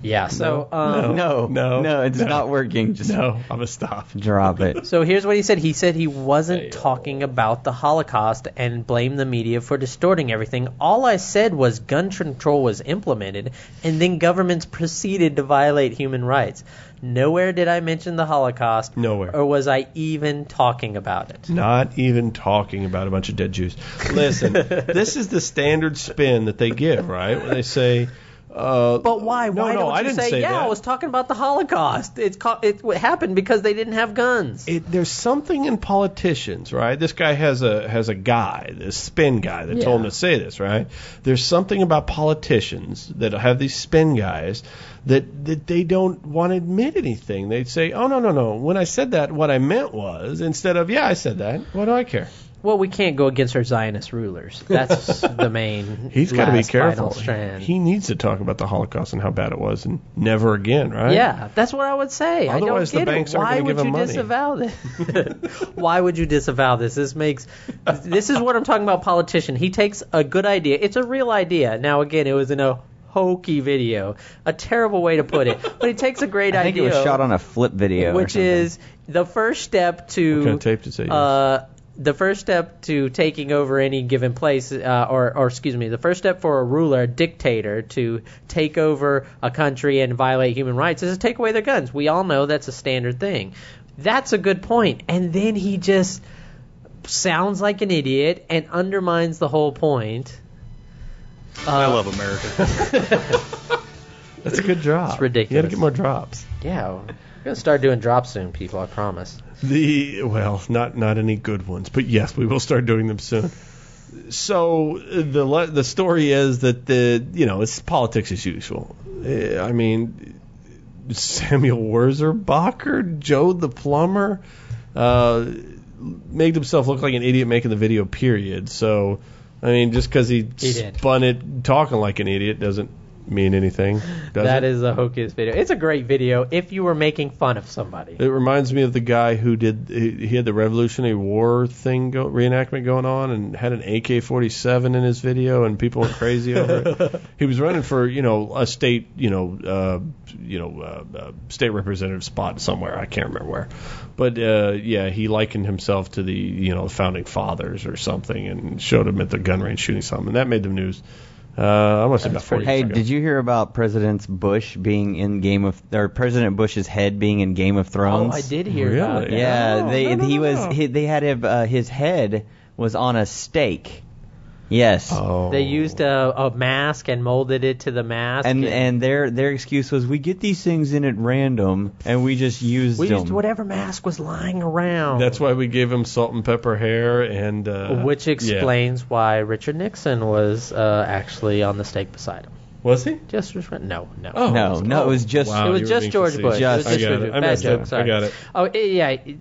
Yeah, so um, No, no, no, it's no. not working. Just No, I'm gonna stop. drop it. So here's what he said. He said he wasn't talking about the Holocaust and blamed the media for distorting everything. All I said was gun control was implemented, and then governments proceeded to violate human rights. Nowhere did I mention the Holocaust. Nowhere. Or was I even talking about it? Not even talking about a bunch of dead Jews. Listen, this is the standard spin that they give, right? When they say, uh, But why? No, why no, don't I you didn't say yeah, that." I was talking about the Holocaust. It's co- it happened because they didn't have guns. it, there's something in politicians, right? This guy has a has a guy, this spin guy that told him to say this, right? There's something about politicians that have these spin guys that that they don't want to admit anything. They say, "Oh no, no, no. When I said that, what I meant was," instead of, "Yeah, I said that. What do I care?" Well, we can't go against our Zionist rulers. (laughs) That's the main. He's got to be last final careful. Strand. He needs to talk about the Holocaust and how bad it was, and never again, right? Yeah, that's what I would say. Otherwise, I the don't get banks it. aren't Why gonna would give him you money. (laughs) disavow this? (laughs) Why would you disavow this? This makes this is what I'm talking about. Politician. He takes a good idea. It's a real idea. Now again, it was in a hokey video, a terrible way to put it. But he takes a great I think idea, it was shot on a flip video, or which something. is the first step to What kind of tape does that use? uh, the first step to taking over any given place, uh, or, or excuse me, the first step for a ruler, a dictator, to take over a country and violate human rights is to take away their guns. We all know that's a standard thing. That's a good point. And then he just sounds like an idiot and undermines the whole point. I love America. That's a good drop. It's ridiculous. You got to get more drops. Yeah, we're gonna start doing drops soon, people. I promise. The well, not not any good ones, but yes, we will start doing them soon. So uh, the le- the story is that the you know it's politics as usual. Uh, I mean, Samuel Wurzelbacher, Joe the plumber, uh, made himself look like an idiot making the video. Period. So I mean, just because he, He did. spun it talking like an idiot doesn't mean anything. Does That it? is the hokeyest video. It's a great video if you were making fun of somebody. It reminds me of the guy who did he he had the Revolutionary War thing go, reenactment going on and had an AK-47 in his video and people were crazy over it. He was running for you know a state you know uh, you know uh, uh, state representative spot somewhere I can't remember where, but uh, yeah he likened himself to the you know founding fathers or something and showed him at the gun range shooting something and that made the news. Uh, I want to say about four Hey, years ago. did you hear about President Bush being in Game of or President Bush's head being in Game of Oh, Thrones? I did hear about Really? that. Yeah, No, they no, no, he no, was no. He, they had him, uh, his head was on a stake. Yes. Oh. They used a, a mask and molded it to the mask. And and their their excuse was we get these things in at random and we just used we them. used whatever mask was lying around. That's why we gave him salt and pepper hair and uh, Which yeah. explains why Richard Nixon was uh, actually on the stake beside him. was he? Just no, no. Oh, No, it's- no, it was just- wow, Oh, it was you were just being George facetious. Bush. It was Just- I just got George it. Bush. I Bad missed joke, it. sorry. I got it. Oh it- yeah, it-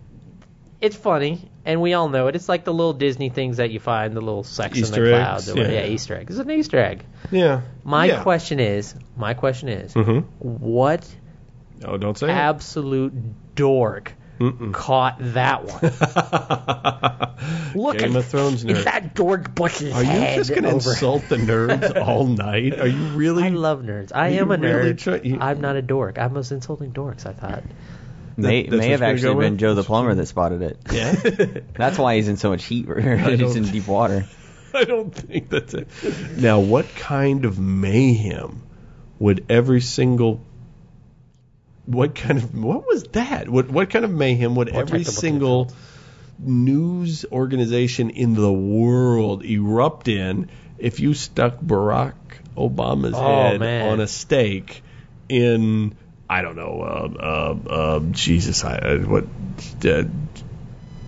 it's funny, and we all know it. It's like the little Disney things that you find, the little sex Easter in the eggs, clouds. or whatever. yeah. yeah, Easter egg. It's an Easter egg. Yeah. My yeah. question is, my question is, Mhm. what Oh, don't say it. absolute dork caught (laughs) that one? Look Game at of (laughs) Thrones Is nerd. that George Bush's Are you head just going to over- insult the nerds all night? Are you (laughs) really? I love nerds. I You am a really nerd. try- you- I'm not a dork. I was insulting dorks. I thought. may That- that's may have what it's gonna actually go been with? Joe the plumber that spotted it. yeah. (laughs) That's why he's in so much heat. (laughs) or he's don't- in deep water. (laughs) I don't think that's it. Now, what kind of mayhem would every single what kind of what was that? What what kind of mayhem would every technical single news organization in the world erupt in if you stuck Barack Obama's Oh, head man. on a stake in I don't know um, um, um, Jesus I uh, what uh,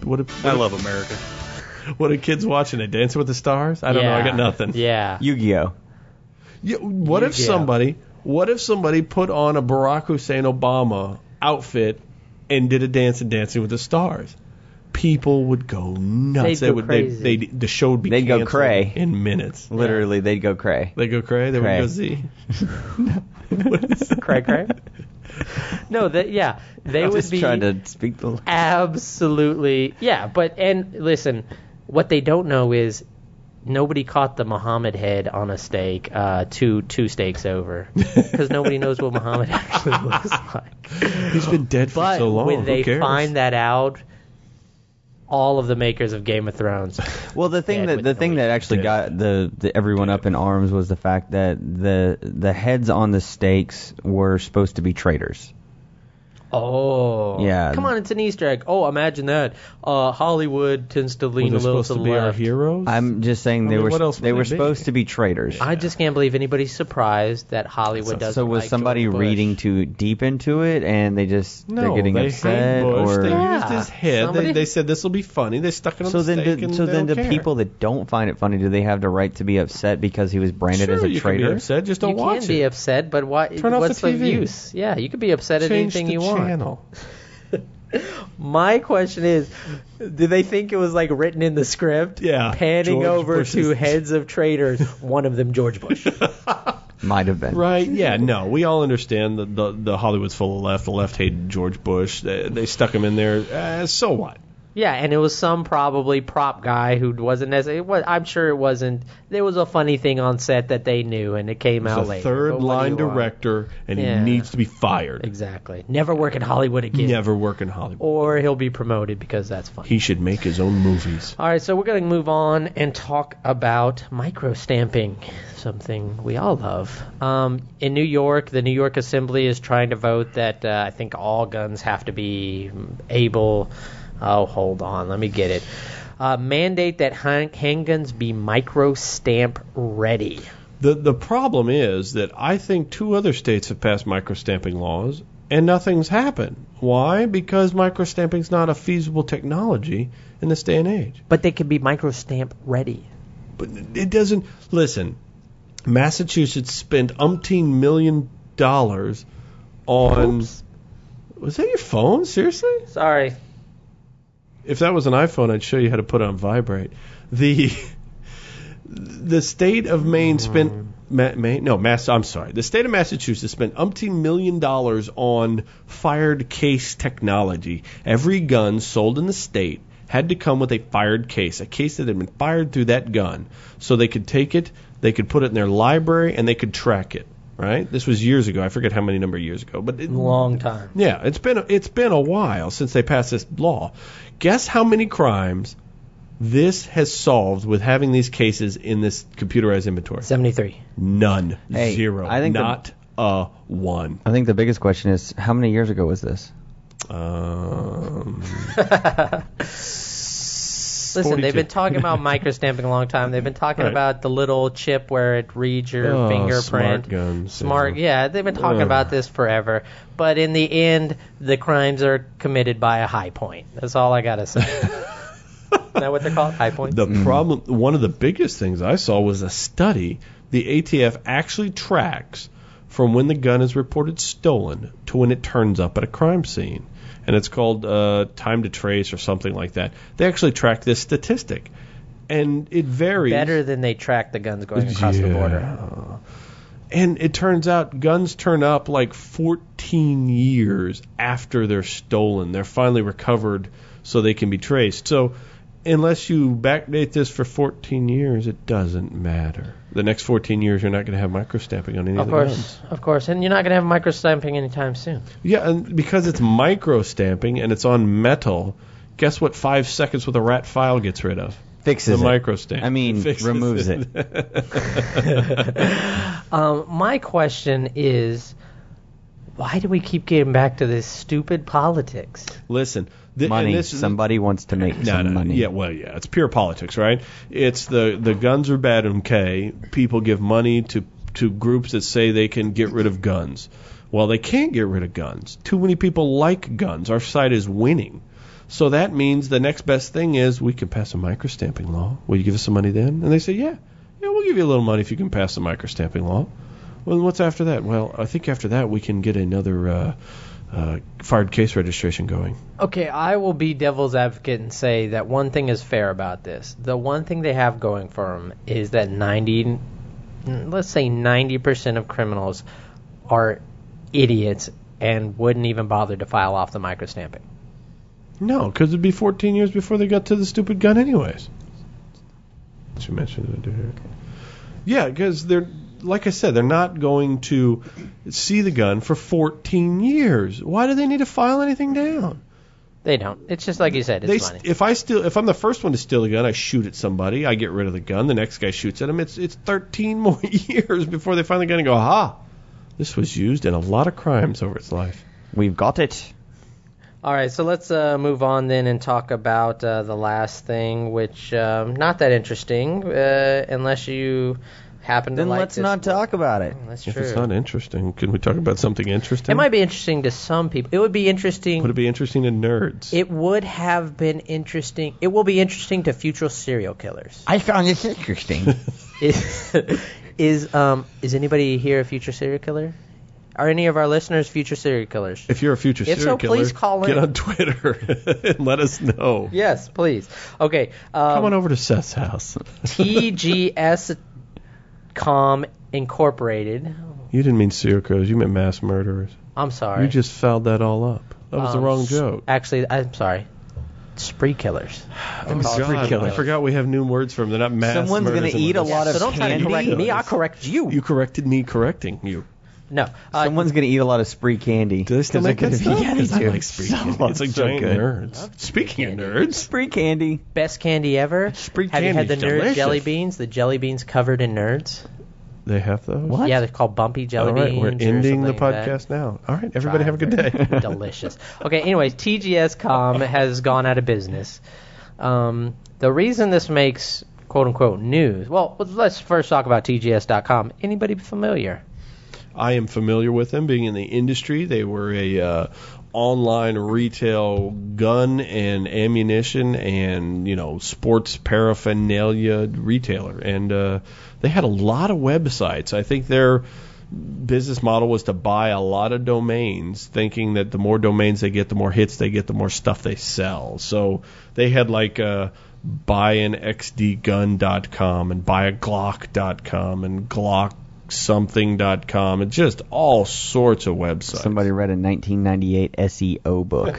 what a, I love America. (laughs) what are kids watching it Dancing with the Stars? I don't know. I got Yeah. nothing. Yeah. Yu-Gi-Oh. Yeah, what if Yeah. somebody? What if somebody put on a Barack Hussein Obama outfit and did a dance in Dancing with the Stars? People would go nuts. they They'd go would. crazy. They, would the show would be. They'd go canceled cray. in minutes. Literally, they'd go (laughs) cray. They go cray. They Cray. would go (laughs) (laughs) Z. cray cray. No, that yeah, they would Just be trying to speak the. absolutely yeah. But and listen, what they don't know is nobody caught the Muhammad head on a stake, uh, two two stakes over, because nobody knows what Muhammad (laughs) actually looks like. He's been dead for But so long. when who they cares? find that out, all of the makers of Game (laughs) of Thrones, Well, the thing Dead that with the no thing that reason. actually Dead. got the, the everyone up in arms was the fact that the the heads on the stakes were supposed to be traitors. oh Yeah. come on, it's an Easter egg. Oh, imagine that. Uh, Hollywood tends to were lean they a little supposed to to the be our left. heroes? I'm just saying I they mean, were what else they would were they be? supposed to be traitors. I just can't believe anybody's surprised that Hollywood doesn't. so was like somebody George Bush. reading too deep into it and they just no, they're getting they hate upset Bush. or They Yeah. used his head. They, Somebody- they said this will be funny. They stuck it on so the then stake do, and so they then don't the care. people that don't find it funny do they have the right to be upset because he was branded sure, as a you traitor? Can be upset. Just don't you watch can it. be upset, but why, Turn off what's the the, TV. use? Yeah, you could be upset at Change anything the you want. channel. My question is, do they think it was like written in the script? Yeah, Panning George over Bush's- to heads of traitors, one of them George Bush. Might have been. Right? (laughs) Yeah. No, we all understand that the the Hollywood's full of left. The left hated George Bush. They, they stuck him in there. Uh, so what? yeah, and it was some probably prop guy who wasn't as it was, I'm sure it wasn't. There was a funny thing on set that they knew, and it came out He's a later. third but what do line you want? director, and Yeah. he needs to be fired. Exactly. Never work in Hollywood again. Never work in Hollywood. Or he'll be promoted because that's funny. He should make his own movies. All right, so we're going to move on and talk about micro stamping, something we all love. Um, in New York, the New York Assembly is trying to vote that uh, I think all guns have to be able. Oh, hold on, let me get it. Uh, mandate that hang- handguns be micro stamp ready. The the problem is that I think two other states have passed microstamping laws and nothing's happened. Why? Because microstamping's not a feasible technology in this day and age. But they could be microstamp ready. But it doesn't listen. Massachusetts spent umpteen million dollars on Oops. Was that your phone? Seriously? Sorry. if that was an iPhone, I'd show you how to put on vibrate. The the state of Maine spent Ma- Maine no Mass I'm sorry the state of Massachusetts spent umpteen million dollars on fired case technology. Every gun sold in the state had to come with a fired case, a case that had been fired through that gun, so they could take it, they could put it in their library, and they could track it. Right? This was years ago. I forget how many number of years ago, but it, Long time. yeah, it's been it's been a while since they passed this law. Guess how many crimes this has solved with having these cases in this computerized inventory? 73. None, Hey, zero, I think the- not a one. I think the biggest question is how many years ago was this? (laughs) Um, Listen, 42. they've been (laughs) talking about microstamping a long time. They've been talking Right. about the little chip where it reads your Oh, fingerprint. smart guns, Smart- yeah. yeah. They've been talking Ugh. about this forever. But in the end, the crimes are committed by a high point. That's all I gotta (laughs) say. Is that what they're called? High points. the problem, one of the biggest things I saw was a study. The ATF actually tracks from when the gun is reported stolen to when it turns up at a crime scene. And it's called uh, time to trace or something like that. They actually track this statistic. And it varies. Better than they track the guns going across the Yeah. border. And it turns out guns turn up like 14 years after they're stolen. They're finally recovered so they can be traced. So unless you backdate this for 14 years, it doesn't matter. The next 14 years, you're not going to have microstamping on any of, Of the guns. course, of course, and you're not gonna have microstamping anytime soon. Yeah, and because it's microstamping and it's on metal, guess what five seconds with a rat file gets rid of? Fixes the it. microstamp. I mean, (laughs) Fixes removes it. Um, my question is, why do we keep getting back to this stupid politics? Listen. th- (laughs) and Money. this is- Somebody wants to make No, some no, money. Yeah, well, yeah, it's pure politics, right? It's the the guns are bad. Okay, people give money to to groups that say they can get rid of guns. Well, they can't get rid of guns. Too many people like guns. Our side is winning. So that means the next best thing is we can pass a microstamping law. Will you give us some money then? And they say, yeah, yeah, we'll give you a little money if you can pass the microstamping law. Well, what's after that? Well, I think after that we can get another uh, uh, fired case registration going. Okay, I will be devil's advocate and say that one thing is fair about this. The one thing they have going for them is that 90, let's say 90% of criminals are idiots and wouldn't even bother to file off the microstamping. No, because it'd be 14 years before they got to the stupid gun, anyways. She mentioned it here. Yeah, because they're like I said, they're not going to see the gun for 14 years. Why do they need to file anything down? They don't. It's just like you said, it's they, money. st- if I steal, if I'm the first one to steal a gun, I shoot at somebody, I get rid of the gun. The next guy shoots at him. It's it's 13 (laughs) more years before they find the gun and go, ha, this was used in a lot of crimes over its life. We've got it. All right, so let's uh, move on then and talk about uh, the last thing, which um, not that interesting, uh, unless you happen to Then like let's this not book. talk about it. That's If true. it's not interesting, can we talk about something interesting? it might be interesting to some people. It would be interesting. Would it be interesting to nerds? It would have been interesting. It will be interesting to future serial killers. I found this interesting. Is, (laughs) is um is anybody here a future serial killer? Are any of our listeners future serial killers? If you're a future If serial so, please killer, call get in. on Twitter (laughs) and let us know. Yes, please. Okay. Come on Um, over to Seth's house. TGS Com Incorporated. you didn't mean serial killers. You meant mass murderers. I'm sorry. You just fouled that all up. That was Um, the wrong s- joke. Actually, I'm sorry. Spree killers. Oh, God. I killers. forgot we have new words for them. They're not mass Someone's going gonna to eat a lot so of don't try to candy? correct me. I'll correct you. You corrected me correcting you. no. Uh, Someone's gonna eat a lot of spree candy. Do they still make that stuff? Yeah, they 'Cause I do. like spree candy. Someone's It's like so giant good. nerds. Speaking of nerds, Spree candy. best candy ever. Spree Have you had the candy's nerd delicious. jelly beans? The jelly beans covered in nerds. they have those? What? Yeah, they're called bumpy jelly All right, beans. we're or ending the something like that. podcast now. All right, everybody have a good day. (laughs) (laughs) Delicious. Okay, anyways, TGS Com has gone out of business. Um, the reason this makes quote unquote news. Well, let's first talk about TGS.com. Anybody familiar? I am familiar with them, being in the industry. They were a uh, online retail gun and ammunition and you know sports paraphernalia retailer, and uh, they had a lot of websites. I think their business model was to buy a lot of domains, thinking that the more domains they get, the more hits they get, the more stuff they sell. So they had like. Uh, Buy an xdgun.com and buy a glock.com and glock something.com and just all sorts of websites. Somebody read a 1998 SEO (laughs) E book.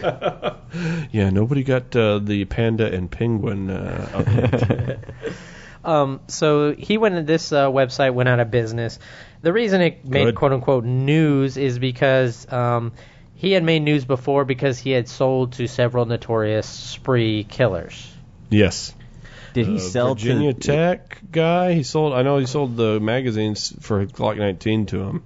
Yeah, nobody got uh, the panda and penguin (laughs) uh, update. Um, so he went. This uh, website went out of business. The reason it made Good. quote unquote news is because um, he had made news before because he had sold to several notorious spree killers. yes. Did he Uh, sell Virginia to Tech guy. He sold. I know he sold the magazines for Glock 19 to him.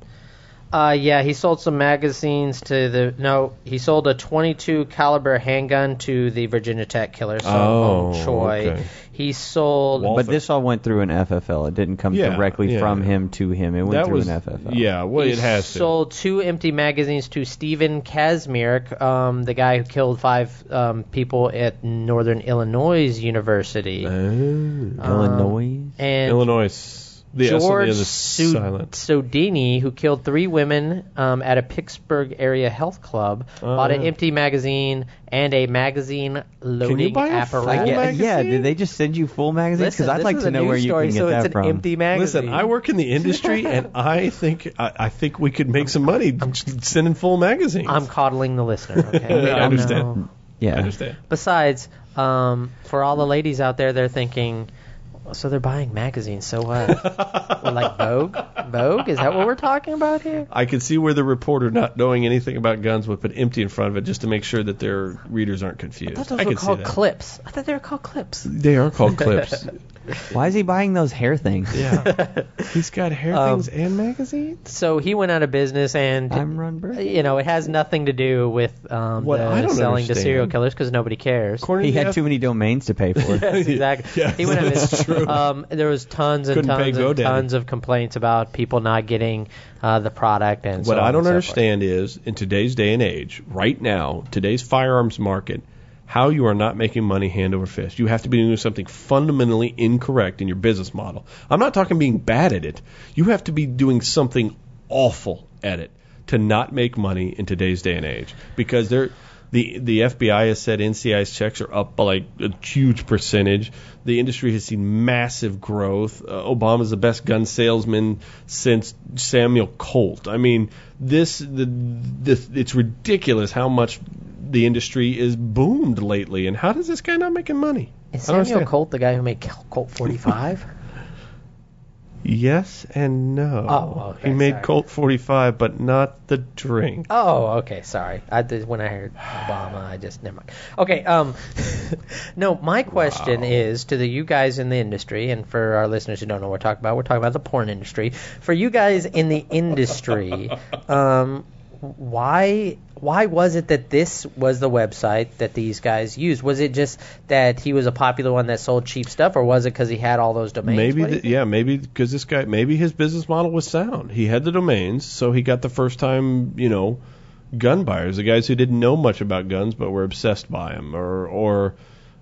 Uh, yeah, he sold some magazines to the no. He sold a 22 caliber handgun to the Virginia Tech killer, so Oh, Choi. okay. He sold. Wal- But this all went through an FFL. It didn't come Yeah, directly yeah, from yeah. him to him. It went that through was an FFL. yeah. Well, he it has to. sold two empty magazines to Stephen Kazmierek, um, the guy who killed five um, people at Northern Illinois University. Oh. Illinois. and Illinois. The S on the George other Su- silent. Sodini, who killed three women um, at a Pittsburgh area health club, bought an Oh, yeah. empty magazine and a magazine loading buy a apparatus. full I guess, yeah. magazine? Did they just send you full magazines? Listen, Because I'd this like is to a know news where you story, can get so that it's an from. empty magazine. Listen, I work in the (laughs) industry, and I think I, I think we could make some money just sending full magazines. I'm coddling (laughs) the listener. Okay, We I all understand. know. yeah. I understand. Besides, um, for all the ladies out there, they're thinking, so they're buying magazines. So (laughs) what? well, like Vogue? Vogue? Is that what we're talking about here? I could see where the reporter, not knowing anything about guns, would put empty in front of it just to make sure that their readers aren't confused. I thought I those were could see called that. clips. I thought they were called clips. (laughs) They are called clips. (laughs) Why is he buying those hair things? (laughs) yeah, he's got hair Um, things and magazines. So he went out of business, and I'm Ron Burgundy. you know it has nothing to do with um, What the I don't selling to understand- serial killers because nobody cares. According He to had F- too many domains to (laughs) pay for. Yes, exactly. (laughs) Yeah, he went out of that's business. true. Um, there was tons and Couldn't pay tons and GoDaddy. tons of complaints about people not getting uh, the product and so What on I and don't so forth. understand is in today's day and age, right now, today's firearms market, how you are not making money hand over fist. You have to be doing something fundamentally incorrect in your business model. I'm not talking being bad at it. You have to be doing something awful at it to not make money in today's day and age because they're the the FBI has said NCI's checks are up by like a huge percentage. The industry has seen massive growth. Uh, Obama's the best gun salesman since Samuel Colt. I mean, this the this it's ridiculous how much the industry is boomed lately. And how does this guy not making money? Is I don't Samuel understand. Colt the guy who made Colt 45? Yes and no. Oh, okay, he made sorry. Colt 45, but not the drink. oh, okay, sorry. I did, when I heard Obama, I just never mind. Okay, um, (laughs) no, my question is to the you guys in the industry, and for our listeners who don't know what we're talking about, we're talking about the porn industry. For you guys in the (laughs) industry, um, why why was it that this was the website that these guys used? Was it just that he was a popular one that sold cheap stuff, or was it because he had all those domains? Maybe, What do you the, yeah, maybe because this guy, maybe his business model was sound. He had the domains, so he got the first time, you know, gun buyers, the guys who didn't know much about guns but were obsessed by them, or, or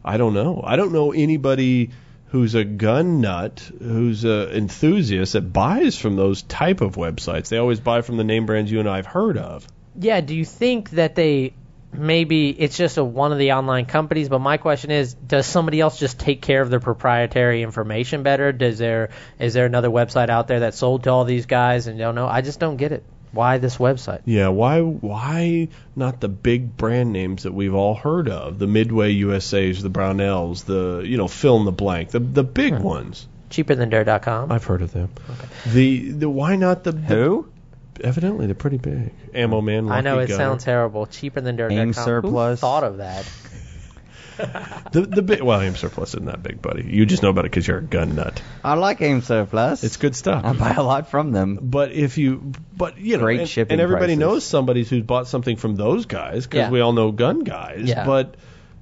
I don't know. I don't know anybody who's a gun nut, who's a enthusiast that buys from those type of websites. They always buy from the name brands you and I've heard of. Yeah, do you think that they maybe it's just a, one of the online companies? But my question is, does somebody else just take care of their proprietary information better? Does there is there another website out there that's sold to all these guys and you don't know? I just don't get it. Why this website? Yeah, why why not the big brand names that we've all heard of? The Midway USAs, the Brownells, the you know, fill in the blank, the the big ones. Cheaper than Dare.com. I've heard of them. The the why not the, the- Who? evidently they're pretty big. Ammo Man. I know Lucky it Gunner. sounds terrible. Cheaper than Dare.com. Aim Who surplus. thought of that? the the big. Well, aim surplus isn't that big, buddy. You just know about it because you're a gun nut. I like Aim Surplus. It's good stuff. I buy a lot from them. but if you, but you know, Um, Great and, shipping and everybody prices. knows somebody who's bought something from those guys because Yeah. we all know gun guys. Yeah. But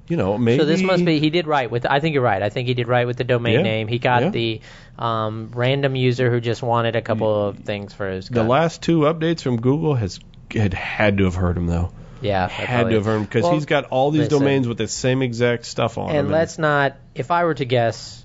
you know, maybe. So this must be he did right with. I think you're right. I think he did right with the domain Yeah, name. He got yeah. the um, random user who just wanted a couple of things for his. Mm. the gun. last two updates from Google has had had to have hurt him though. yeah, that Had probably- to have hurt him because Well, he's got all these listen. domains with the same exact stuff on them. And let's not. If I were to guess,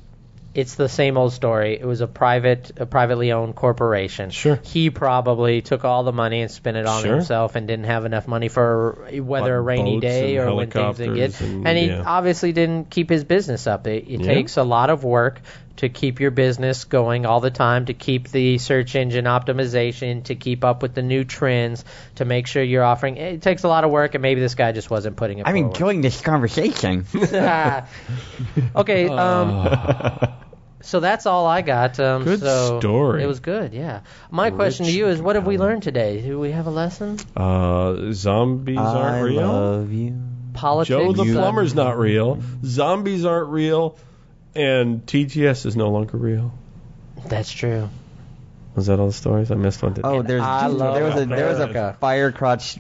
it's the same old story. It was a private, a privately owned corporation. Sure. He probably took all the money and spent it on Sure. himself, and didn't have enough money for whether a Bought rainy boats day and or when things didn't get. helicopters and- And he yeah. obviously didn't keep his business up. It, it Yeah. takes a lot of work to keep your business going all the time, to keep the search engine optimization, to keep up with the new trends, to make sure you're offering. It takes a lot of work, and maybe this guy just wasn't putting it. I'm forward. enjoying this conversation. (laughs) okay. Um, so that's all I got. Um, Good so story. It was good. Yeah. My question to you is, what have we learned today? Do we have a lesson? (laughs) uh, zombies I aren't real. love you. Politics. Joe the uh, (laughs) plumber's not real. Zombies aren't real, and TGS is no longer real. That's true. Was that all the stories? I missed one. Oh, there's I love there was a there was a America. fire crotch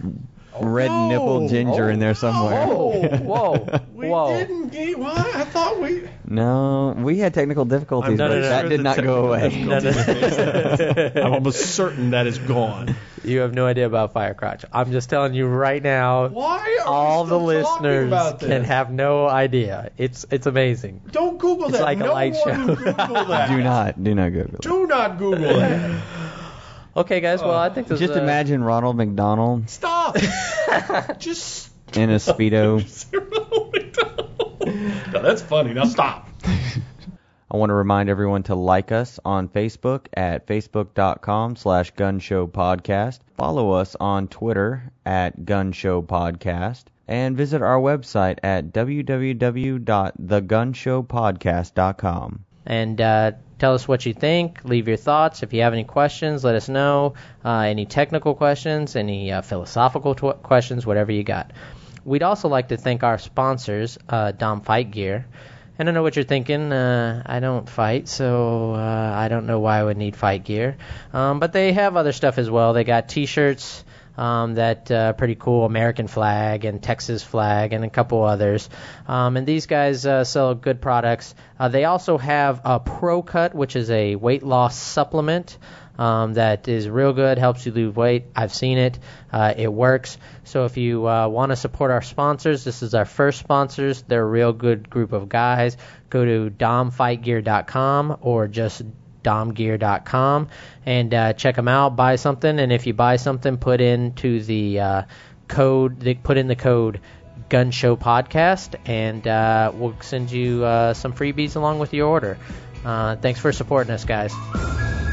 red Oh, no. nipple ginger in there somewhere. Whoa! (laughs) Whoa! whoa! get what? I thought we. No, we had technical difficulties, not but sure that did the not (laughs) go away. No, (laughs) no. I'm almost certain that is gone. you have no idea about Firecrotch. I'm just telling you right now. Why are All the listeners can have no idea. It's it's amazing. Don't Google it's that. like a No light one show. Google (laughs) that. Do not, do not Google. it. Do not Google that. Okay, guys. Well, I think this Just is, uh, imagine Ronald (laughs) McDonald Stop. Just. (laughs) in a speedo. no, that's funny. Now stop. I want to remind everyone to like us on Facebook at facebook.com slash gunshowpodcast. Follow us on Twitter at gunshowpodcast. And visit our website at www.thegunshowpodcast.com. and uh, tell us what you think. Leave your thoughts. If you have any questions, let us know. Uh, any technical questions, any uh, philosophical tw- questions, whatever you got. We'd also like to thank our sponsors, uh, Dom Fight Gear. And I know what you're thinking. Uh, I don't fight, so uh, I don't know why I would need fight gear. Um, but they have other stuff as well. They got T-shirts um, that uh, pretty cool American flag and Texas flag and a couple others. Um, and these guys uh, sell good products. Uh, they also have a Pro Cut, which is a weight loss supplement. Um, that is real good, helps you lose weight. I've seen it. Uh, it works. So if you uh, want to support our sponsors, this is our first sponsors. They're a real good group of guys. Go to domfightgear.com or just domgear.com and uh, check them out. Buy something, and if you buy something, put into the uh, code. They put in the code Gun Show Podcast, and uh, we'll send you uh, some freebies along with your order. Uh, thanks for supporting us, guys.